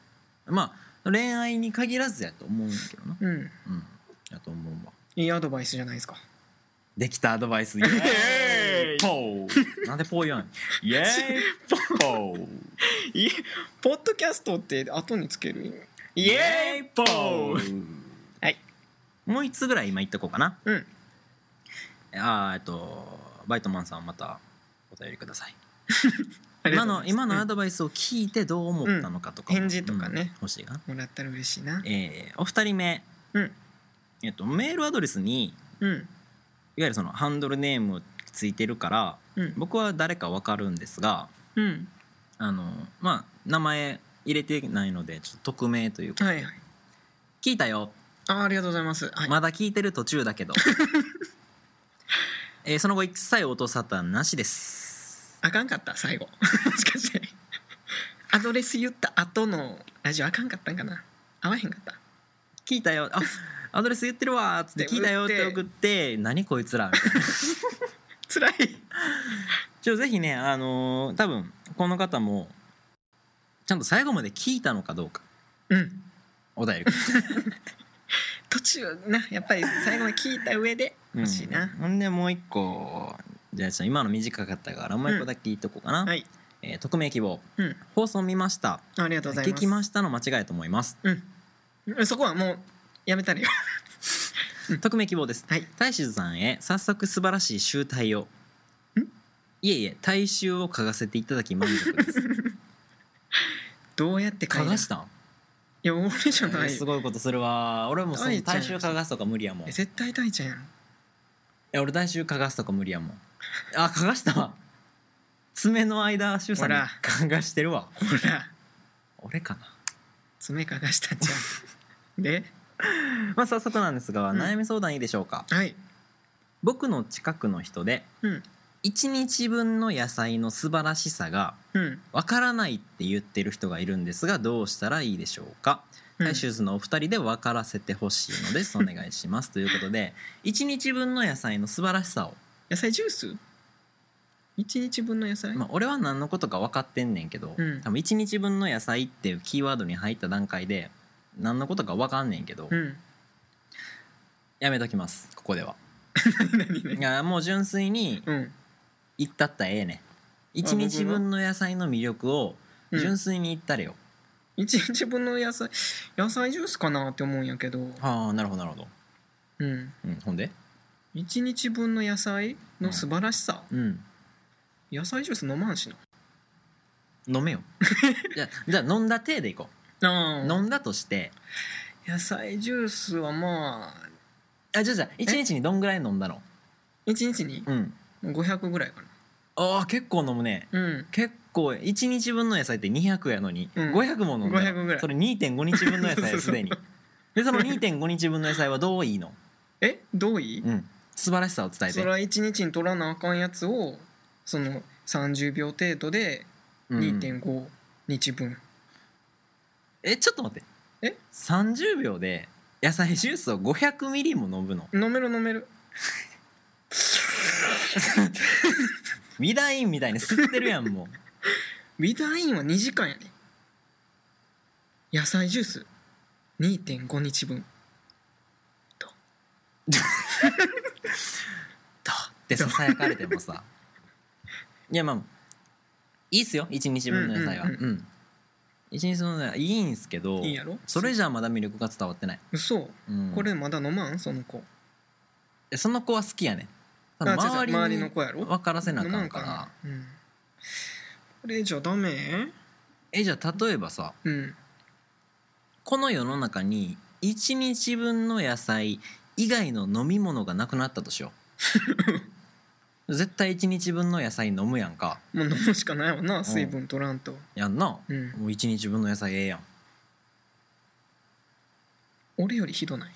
Speaker 1: まあ恋愛に限らずやと思うんだけどな
Speaker 2: うんうん
Speaker 1: うんやと思うわ
Speaker 2: いいアドバイスじゃないですか
Speaker 1: できたアドバイ スイエーイポーなんでポー言わんイエーイポー
Speaker 2: いポッドキャストって後につけるイ
Speaker 1: イ
Speaker 2: エ
Speaker 1: エ
Speaker 2: ー
Speaker 1: ー
Speaker 2: イ
Speaker 1: イ
Speaker 2: ポ
Speaker 1: ポ
Speaker 2: ー
Speaker 1: ー
Speaker 2: はい
Speaker 1: もう一つぐらい今言っとこうかな
Speaker 2: うん
Speaker 1: あーえっとバイトマンさんまたお便りください
Speaker 2: ありが
Speaker 1: 今
Speaker 2: と
Speaker 1: の
Speaker 2: うございます
Speaker 1: 今のアドバイスを聞いてどう思ったのかとか、
Speaker 2: うん返事とかね
Speaker 1: うん欲しいな、
Speaker 2: うんもらったら嬉しいな
Speaker 1: えーお二人目、
Speaker 2: うん
Speaker 1: えっと、メールアドレスにいわ
Speaker 2: うん
Speaker 1: ゆるそのハンドルネームついてるから
Speaker 2: うん
Speaker 1: 僕は誰かわかるんですが
Speaker 2: うん
Speaker 1: あのまあ名前入れてないのでちょっと匿名というか、
Speaker 2: はいはい
Speaker 1: 聞いたよ
Speaker 2: あありがとうございますはい、
Speaker 1: まだ聞いてる途中だ けど、えーその後一切音沙汰なしです
Speaker 2: あかんかった最後 もしかしてアドレス言った後のラジオあかんかったんかな合わへんかった
Speaker 1: 聞いたよあアドレス言ってるわーっつって
Speaker 2: で
Speaker 1: 聞いたよって送って何こいつらみたいな
Speaker 2: つらい
Speaker 1: ちょぜひねあのー多分この方もちゃんと最後まで聞いたのかどうか
Speaker 2: うん
Speaker 1: お便りください
Speaker 2: 途中なやっぱり最後まで聞いた上で欲しいな、
Speaker 1: うん、ほんでもう一個じゃあちょっと今の短かったからもう一個だけ言っとこうかな、
Speaker 2: はい
Speaker 1: えー匿名希望
Speaker 2: うん
Speaker 1: 放送見ました
Speaker 2: ありがとうござい
Speaker 1: 聞
Speaker 2: ます
Speaker 1: きましたの間違いだと思います
Speaker 2: うんそこはもうやめたらよ
Speaker 1: 匿名希望です
Speaker 2: はい
Speaker 1: 大衆さんへ早速素晴らしい集大をいえいえ大衆を嗅がせていただき満足です
Speaker 2: どうやって書い
Speaker 1: 嗅
Speaker 2: た
Speaker 1: がしたん、
Speaker 2: いや俺じゃないよ、
Speaker 1: すごいことするわ俺もその大衆嗅がすとか無理やもん
Speaker 2: え絶対大ちゃんやん
Speaker 1: え俺大衆嗅がすとか無理やもんあ嗅がしたわ爪の間衆さんに
Speaker 2: ほら
Speaker 1: 嗅がしてるわ
Speaker 2: ほら
Speaker 1: 俺かな
Speaker 2: 爪かがしたじ ゃんで
Speaker 1: まあ早速なんですが、
Speaker 2: うん
Speaker 1: 悩み相談いいでしょうか
Speaker 2: はい
Speaker 1: 僕の近くの人で
Speaker 2: うん
Speaker 1: 1日分の野菜の素晴らしさが
Speaker 2: うん
Speaker 1: わからないって言ってる人がいるんですがどうしたらいいでしょうか
Speaker 2: うん
Speaker 1: 大衆図のお二人で分からせてほしい のですお願いしますということで1日分の野菜の素晴らしさを、
Speaker 2: 野菜ジュース一日分の野菜、
Speaker 1: まあ、俺は何のことか分かってんねんけど、
Speaker 2: うん
Speaker 1: 多分1日分の野菜っていうキーワードに入った段階で何のことか分かんねんけど、
Speaker 2: うん
Speaker 1: やめときますここでは
Speaker 2: 何
Speaker 1: い
Speaker 2: 何
Speaker 1: やもう純粋に
Speaker 2: うん
Speaker 1: 言ったったらええねん1日分の野菜の魅力を
Speaker 2: うん
Speaker 1: 純粋に言ったれよ、
Speaker 2: 一日分の野菜野菜ジュースかなって思うんやけど
Speaker 1: ああなるほどなるほど、
Speaker 2: うん
Speaker 1: うん、ほんで
Speaker 2: 一日分の野菜の素晴らしさ、
Speaker 1: うん
Speaker 2: 野菜ジュース飲まんしな
Speaker 1: 飲 めよじゃあじゃあ飲んだ体でいこう、
Speaker 2: あ
Speaker 1: 飲んだとして
Speaker 2: 野菜ジュースはまあ
Speaker 1: あじゃあじゃあ1日にどんぐらい飲んだの
Speaker 2: 一日に
Speaker 1: うん
Speaker 2: 500ぐらいかな
Speaker 1: ああ結構飲むね
Speaker 2: うん
Speaker 1: 結構1日分の野菜って200やのに、
Speaker 2: うん
Speaker 1: 500も飲んだ
Speaker 2: 500ぐらい
Speaker 1: それ2.5日分 の野菜やすでにでその2.5日分の野菜はどういいの、
Speaker 2: えどういい
Speaker 1: うん、素晴らしさを伝え
Speaker 2: そ
Speaker 1: て
Speaker 2: れは一日に取らなあかんやつをその30秒程度で
Speaker 1: うん
Speaker 2: 2.5日分、
Speaker 1: えちょっと待って
Speaker 2: え
Speaker 1: 30秒で野菜ジュースを500ミリも飲むの
Speaker 2: 飲める飲める
Speaker 1: ミダインみたいに吸ってるやん もう
Speaker 2: ウィダーインは2時間やね野菜ジュース2.5日分
Speaker 1: だってささやかれてもさいやまあいいっすよ1日分の野菜は
Speaker 2: う
Speaker 1: うんん、
Speaker 2: う
Speaker 1: うん1日分の野菜いいんすけど
Speaker 2: いいやろ
Speaker 1: それじゃまだ魅力が伝わってない、
Speaker 2: 嘘
Speaker 1: うん、
Speaker 2: これまだ飲まんその子
Speaker 1: その子は好きやねん多分
Speaker 2: あ違う違う
Speaker 1: 周り
Speaker 2: 周りの
Speaker 1: に
Speaker 2: 子やろ
Speaker 1: 分からせなあ
Speaker 2: 飲
Speaker 1: か
Speaker 2: まん
Speaker 1: んから
Speaker 2: なうん、これじゃダメ
Speaker 1: えじゃあ例えばさ
Speaker 2: うん
Speaker 1: この世の中に1日分の野菜以外の飲み物がなくなったとしよう 絶対1日分の野菜飲むやんか
Speaker 2: もう飲むしかないわな水分取らんと
Speaker 1: やんな
Speaker 2: うん
Speaker 1: もう1日分の野菜ええやん
Speaker 2: 俺よりひどない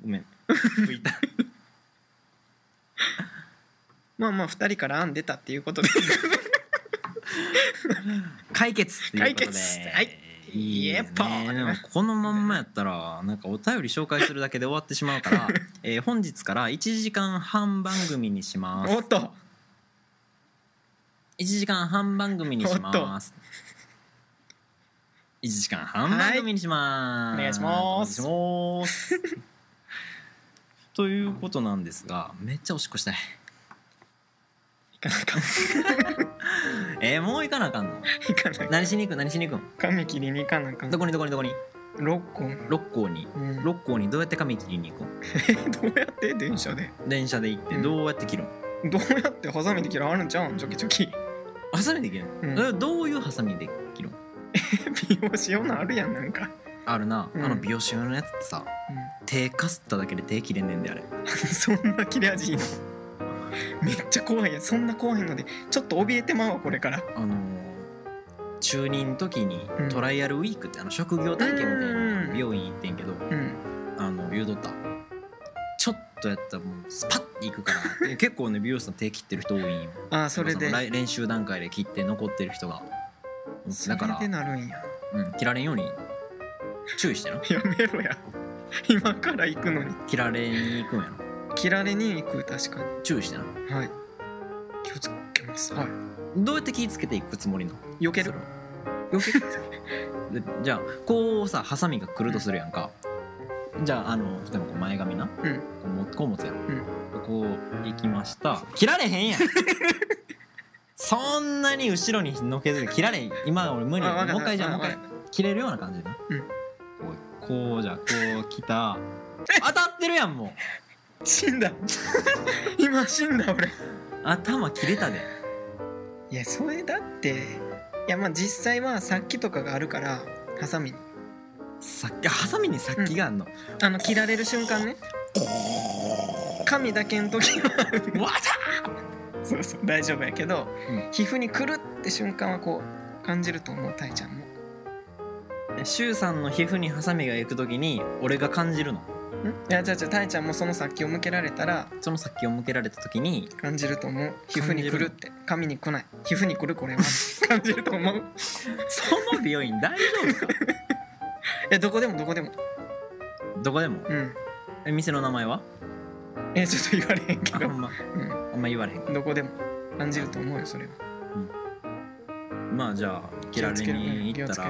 Speaker 1: ごめん拭いた
Speaker 2: まあまあ2人から案出たっていうことで
Speaker 1: 解決っていうことで
Speaker 2: 解決はい
Speaker 1: いい
Speaker 2: イエ
Speaker 1: ね
Speaker 2: ッパー
Speaker 1: でもこのまんまやったらなんかお便り紹介するだけで終わってしまうから、えー本日から1時間半番組にします
Speaker 2: おっと
Speaker 1: 1時間半番組にします1時間半番組にします、
Speaker 2: はいお願いします
Speaker 1: お願いしますということなんですがめっちゃおしっこしたい
Speaker 2: いかなあかん
Speaker 1: えー、もう行かなあかんの
Speaker 2: いかなあかん
Speaker 1: 何しに行く何しに行くん
Speaker 2: 髪切りに行かなあかん
Speaker 1: どこにどこにどこに
Speaker 2: 6個
Speaker 1: 六甲に
Speaker 2: うん
Speaker 1: 六甲にどうやって髪切りに行くん
Speaker 2: どうやって電車で
Speaker 1: 電車で行って
Speaker 2: うん
Speaker 1: どうやって切るん、
Speaker 2: どうやってハサミで切らはるんちゃうんチョキチョキ
Speaker 1: ハサミで切るん、
Speaker 2: うん
Speaker 1: えどういうハサミで切るん
Speaker 2: 美容師用のあるやんなんか、
Speaker 1: あるな、
Speaker 2: うん
Speaker 1: あの美容師用のやつってさ手かすっただけで手切れんねんであれ
Speaker 2: うん そんな切れ味いいのめっちゃ怖いやんそんな怖いのでちょっと怯えてまうわこれから
Speaker 1: あのー中2の時に
Speaker 2: うん
Speaker 1: トライアルウィークってあの職業体験みたいな
Speaker 2: うん
Speaker 1: の病院行ってんけど、
Speaker 2: うん
Speaker 1: あの言うとったちょっとやったらもうスパッていくから で結構ね美容師さん手切ってる人多いんよ
Speaker 2: ああそれで
Speaker 1: の来練習段階で切って残ってる人がだから
Speaker 2: それでなるんや
Speaker 1: うん、切られんように注意してな
Speaker 2: やめろや今から行くのに
Speaker 1: 切られに行くんやろ
Speaker 2: 切られに行く確か
Speaker 1: 注意してな
Speaker 2: にはい気をつけますはい
Speaker 1: どうやって気ぃつけていくつもりなの
Speaker 2: 避け
Speaker 1: そ
Speaker 2: る
Speaker 1: れは
Speaker 2: 避ける
Speaker 1: でじゃあこうさハサミが来るとするやんか、じゃああの例えばこう前髪な、
Speaker 2: うん
Speaker 1: こうもこう持つやん、
Speaker 2: ん
Speaker 1: こう行きました切られへん やんそんなに後ろにのけずに切られん今俺無理
Speaker 2: あわかった
Speaker 1: もう一回じゃあも
Speaker 2: わ
Speaker 1: う一
Speaker 2: かっ
Speaker 1: 回切れるような感じでな、
Speaker 2: うん
Speaker 1: こうこうじゃあこう来た当たってるやんも
Speaker 2: 死んだ 今死んだ俺
Speaker 1: う 頭切れたで
Speaker 2: いやそれだっていやまあ実際は殺気とかがあるからハサミに
Speaker 1: さっきハサミに殺気があんの、
Speaker 2: あの切られる瞬間ね髪だけの時は
Speaker 1: わ た
Speaker 2: そうそう大丈夫やけど、
Speaker 1: うん
Speaker 2: 皮膚にくるって瞬間はこう感じると思うたいちゃんもん
Speaker 1: シュウさんの皮膚にハサミが行くときに俺が感じるの
Speaker 2: いやじゃあじゃあたいちゃんもその殺気を向けられたら
Speaker 1: その先を向けられたときに
Speaker 2: 感じると思う皮膚にくるって髪に来ない皮膚にくるこれは 感じると思う
Speaker 1: その美容院大丈夫か
Speaker 2: えどこでもどこでも
Speaker 1: どこでも
Speaker 2: うん
Speaker 1: え店の名前は
Speaker 2: えちょっと言われへんけ
Speaker 1: あ
Speaker 2: ど
Speaker 1: んま
Speaker 2: う
Speaker 1: あんま言われへん
Speaker 2: んどこでも感じると思うよそれは
Speaker 1: まあじゃあ切られに行ったら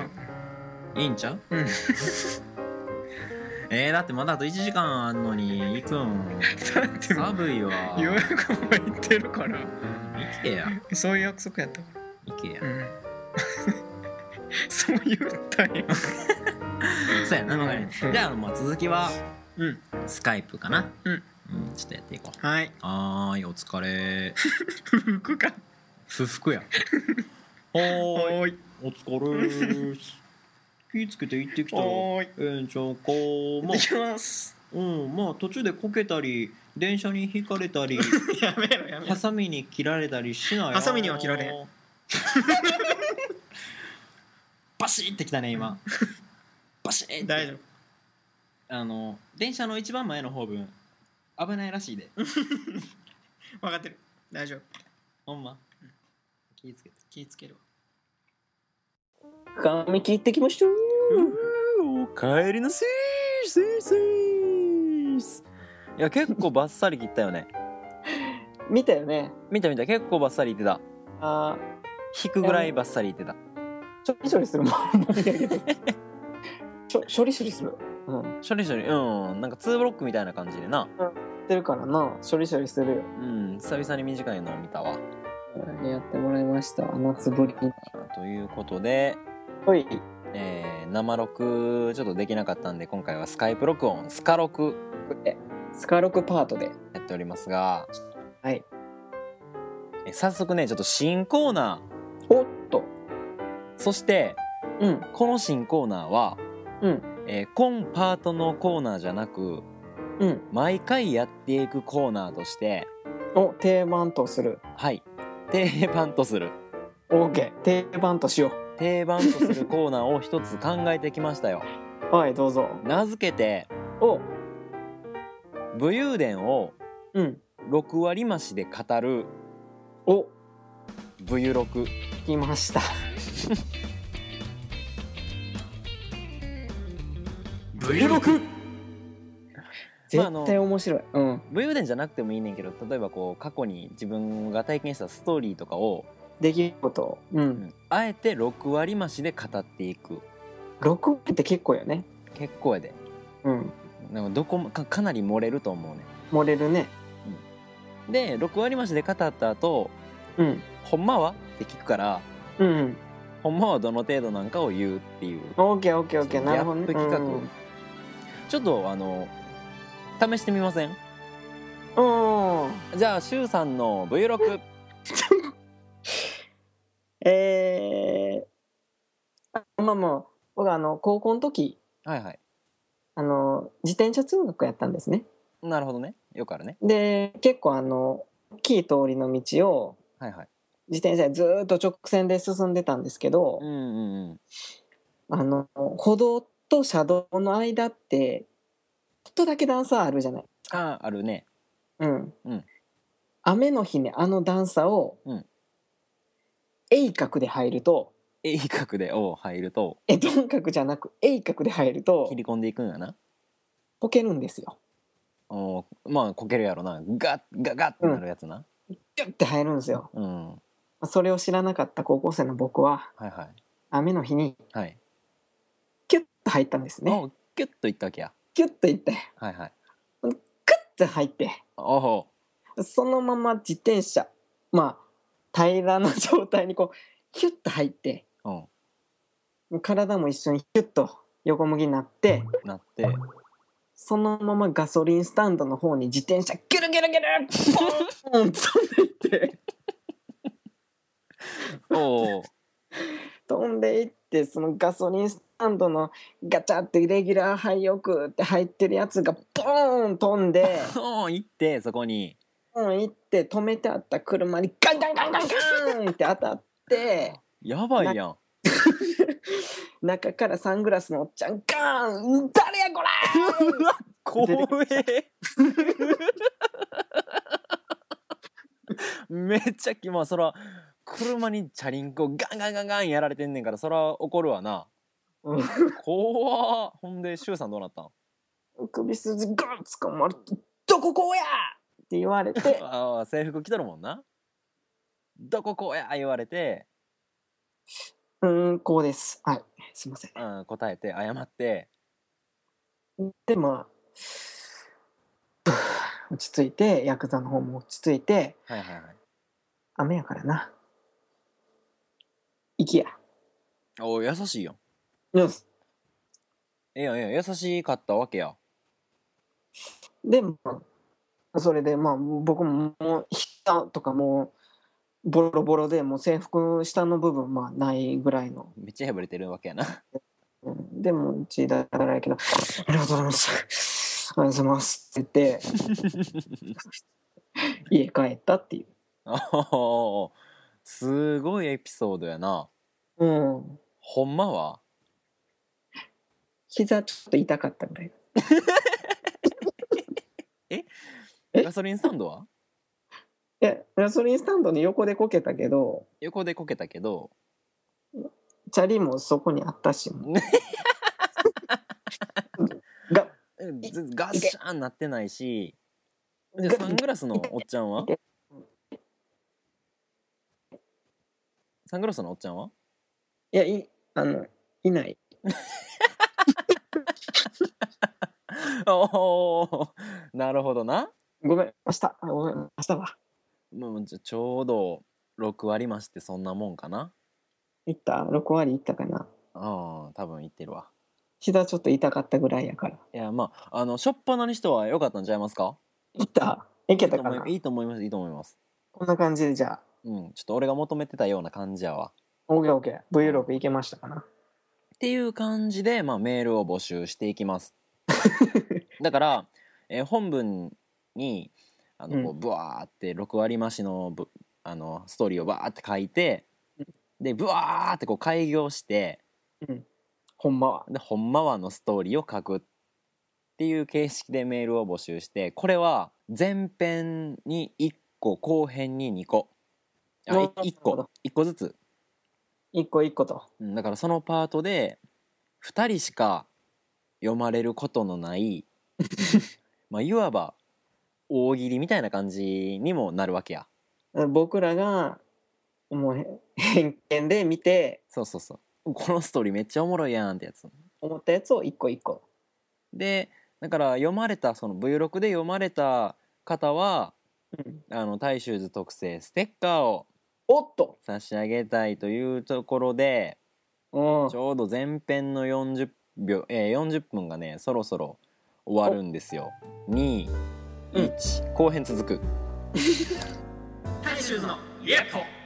Speaker 1: いいんちゃう
Speaker 2: うん
Speaker 1: えー、だってまだあと1時間あんのに行くん
Speaker 2: だってもう
Speaker 1: 寒いわ
Speaker 2: 予約も行ってるから
Speaker 1: 行けや
Speaker 2: そういう約束やったか
Speaker 1: 行けや
Speaker 2: らうん そう言ったんや
Speaker 1: そうやなわかりましたじゃあまあ続きは
Speaker 2: うん
Speaker 1: スカイプかな
Speaker 2: うん、
Speaker 1: うん、ちょっとやっていこう
Speaker 2: はい
Speaker 1: はーいお疲れ
Speaker 2: 服か
Speaker 1: 不服やはーい
Speaker 2: おーい
Speaker 1: お疲れーす気つけて行ってきたよ
Speaker 2: おーい
Speaker 1: ええんちゃうかま
Speaker 2: いきます
Speaker 1: あうんまあ途中でこけたり電車にひかれ たり
Speaker 2: やめろやめ
Speaker 1: ハサミに切られたりしない
Speaker 2: ハサミには切られん
Speaker 1: バシッてきたね 今バシッて
Speaker 2: 大丈夫
Speaker 1: あの電車の一番前の方分危ないらしいで
Speaker 2: 分かってる大丈夫
Speaker 1: ほんま気ぃつけて
Speaker 2: 気ぃつけるわ
Speaker 3: 髪切ってきましたお帰りなせーすいすいす
Speaker 4: いや結構バッサリ切ったよね
Speaker 3: 見たよね
Speaker 4: 見た見た結構バッサリいってた
Speaker 3: あ
Speaker 4: 引くぐらいバッサリいってた
Speaker 3: ー処理処理するもん ちょ処理処理するうんや
Speaker 4: 処理処理うんなんか2ブロックみたいな感じでな
Speaker 3: ってるからな処理処理するよ
Speaker 4: うん久々に短いのを見たわ
Speaker 3: やってもらいました夏ぶりに
Speaker 4: ということで、
Speaker 3: ほい
Speaker 4: えー生録ちょっとできなかったんで今回はスカイプ録音スカ録
Speaker 3: スカロクパートで
Speaker 4: やっておりますが
Speaker 3: はい
Speaker 4: えー早速ねちょっと新コーナー
Speaker 3: おっと
Speaker 4: そして
Speaker 3: うん
Speaker 4: この新コーナーは、
Speaker 3: うん
Speaker 4: えー今パートのコーナーじゃなく
Speaker 3: うん
Speaker 4: 毎回やっていくコーナーとして
Speaker 3: お定番とする
Speaker 4: はい定番とする
Speaker 3: OK 定番としよ
Speaker 4: 定番とするコーナーを一つ考えてきましたよ
Speaker 3: うはいどうぞ
Speaker 4: 名付けて
Speaker 3: お
Speaker 4: 武勇伝を
Speaker 3: うん
Speaker 4: 6割増しで語る
Speaker 3: お
Speaker 4: 武勇録
Speaker 3: 来ま した
Speaker 1: ブリロク
Speaker 4: まああの
Speaker 3: 絶対面白いうん
Speaker 4: 武勇伝じゃなくてもいいねんけど例えばこう過去に自分が体験したストーリーとかを、
Speaker 3: できることをうん
Speaker 4: あえて6割増しで語っていく
Speaker 3: 6割って結構よね
Speaker 4: 結構やで
Speaker 3: うん
Speaker 4: なんかどこもかかなり漏れると思うね
Speaker 3: 漏れるね
Speaker 4: んで6割増しで語った後
Speaker 3: うん
Speaker 4: ほんまは?」って聞くから
Speaker 3: うん
Speaker 1: ほんまはどの程度なんかを言うっていう
Speaker 2: オッケーオッケーオッケーなるほどね
Speaker 1: ギャップ企画、
Speaker 2: うん
Speaker 1: ちょっとあの試してみません
Speaker 2: おー
Speaker 1: じゃあしゅうさんの Vlog
Speaker 2: えー、あまあまあ僕あの高校の時
Speaker 1: はいはい
Speaker 2: あの自転車通学やったんですね
Speaker 1: なるほどねよくあるね
Speaker 2: で結構あの大きい通りの道を
Speaker 1: はいはい
Speaker 2: 自転車でずーっと直線で進んでたんですけど、
Speaker 1: うんうんうん
Speaker 2: あの歩道と車道の間ってちょっとだけ段差あるじゃない
Speaker 1: あああるね
Speaker 2: うん、
Speaker 1: うん
Speaker 2: 雨の日にあの段差を、
Speaker 1: うん
Speaker 2: 鋭角で入ると
Speaker 1: 鋭角でおう入ると
Speaker 2: え鈍角じゃなく鋭角で入ると
Speaker 1: 切り込んでいくんやな
Speaker 2: こけるんですよ
Speaker 1: おうまあこけるやろなガッガッガッってなるやつな
Speaker 2: ギュッて入るんですよ
Speaker 1: うん、
Speaker 2: それを知らなかった高校生の僕は
Speaker 1: はいはい
Speaker 2: 雨の日に
Speaker 1: はい
Speaker 2: キュッと入ったんですね
Speaker 1: おうキュッといったわけや
Speaker 2: キュッといって
Speaker 1: はいはい
Speaker 2: クッと入って
Speaker 1: おお
Speaker 2: そのまま自転車まあ平らな状態にこうキュッと入って
Speaker 1: うん
Speaker 2: 体も一緒にキュッと横向きになって
Speaker 1: なって
Speaker 2: そのままガソリンスタンドの方に自転車ギュルギュルギュルポーン飛んでいって
Speaker 1: おお
Speaker 2: 飛んでいってそのガソリンスタンドのガチャってレギュラー廃屋って入ってるやつがポーン飛んで
Speaker 1: おう行ってそこに
Speaker 2: ポーン行って止めてあった車にガンガンガンガンガンって当たって
Speaker 1: やばいやん
Speaker 2: 中からサングラスのおっちゃんガーン誰やこれ
Speaker 1: うわ怖えめっちゃきまあそら車にチャリンコガンガンガンガンやられてんねんからそら怒るわな
Speaker 2: うん
Speaker 1: 怖っほんで柊さんどうなったん
Speaker 2: 首筋ガンつかまれて「どここうや!」って言われ て
Speaker 1: ああ制服着とるもんなどここうや言われて、
Speaker 2: 「うーんこうですはいすいません
Speaker 1: うん、答えて謝って」
Speaker 2: でまあブー 落ち着いてヤクザの方も落ち着いて
Speaker 1: はいはいはい
Speaker 2: 雨やからな行きや
Speaker 1: おー優しいやん
Speaker 2: よし
Speaker 1: ええやんええやん優しかったわけや
Speaker 2: でまあそれでまあ僕ももう膝とかもうボロボロでもう制服下の部分まあないぐらいの
Speaker 1: めっちゃ破れてるわけやな
Speaker 2: うんでも血だらけど「ありがとうございます」「ありがとうございます」って言って家帰ったっていう
Speaker 1: おーすごいエピソードやな
Speaker 2: うん
Speaker 1: ほんまは
Speaker 2: 膝ちょっと痛かったぐらいえ
Speaker 1: ガソリンスタンドはい
Speaker 2: やガソリンスタンドの横でこけたけど
Speaker 1: 横でこけたけど
Speaker 2: チャリもそこにあったしもう が
Speaker 1: えずガッシャーンなってないしで
Speaker 2: が
Speaker 1: サングラスのおっちゃんはサングラスのおっちゃんはい
Speaker 2: やいあのいない
Speaker 1: おおなるほどな
Speaker 2: ごめん明日あごめん明日は
Speaker 1: もうじゃちょうど6割増しってそんなもんかな
Speaker 2: 行った6割行ったかな
Speaker 1: ああ多分いってるわ
Speaker 2: 膝ちょっと痛かったぐらいやから
Speaker 1: いやまああのしょっぱなにしては良かったんちゃいますか
Speaker 2: 行った行け
Speaker 1: いい
Speaker 2: た
Speaker 1: と
Speaker 2: か
Speaker 1: 思
Speaker 2: ない
Speaker 1: いいと思いますいいと思います
Speaker 2: こんな感じでじゃあ
Speaker 1: うんちょっと俺が求めてたような感じやわ
Speaker 2: OKOKV6 いけましたかな
Speaker 1: っていう感じで、まあ、メールを募集していき ます。だから、えー本文にあのこう
Speaker 2: う
Speaker 1: ブワーって6割増しのぶあのストーリーをバーって書いてでブワーってこう開業して
Speaker 2: ほんまは
Speaker 1: でほんまはのストーリーを書くっていう形式でメールを募集してこれは前編に1個後編に2個あ
Speaker 2: なるほど
Speaker 1: 1個1個ずつ
Speaker 2: 一個一個と
Speaker 1: うんだからそのパートで2人しか読まれることのないまあいわば大喜利みたいな感じにもなるわけや
Speaker 2: 僕らがもうへ 偏見で見て
Speaker 1: そうそうそうこのストーリーめっちゃおもろいやんってやつ
Speaker 2: 思ったやつを一個一個
Speaker 1: でだから読まれたその V6 で読まれた方は
Speaker 2: うん
Speaker 1: あの大衆図特製ステッカーを
Speaker 2: おっと、
Speaker 1: 差し上げたいというところで
Speaker 2: うん
Speaker 1: ち、ょうど前編の40秒、えー、40分がねそろそろ終わるんですよ21、
Speaker 2: うん
Speaker 1: 後編続く
Speaker 5: 大衆のイエット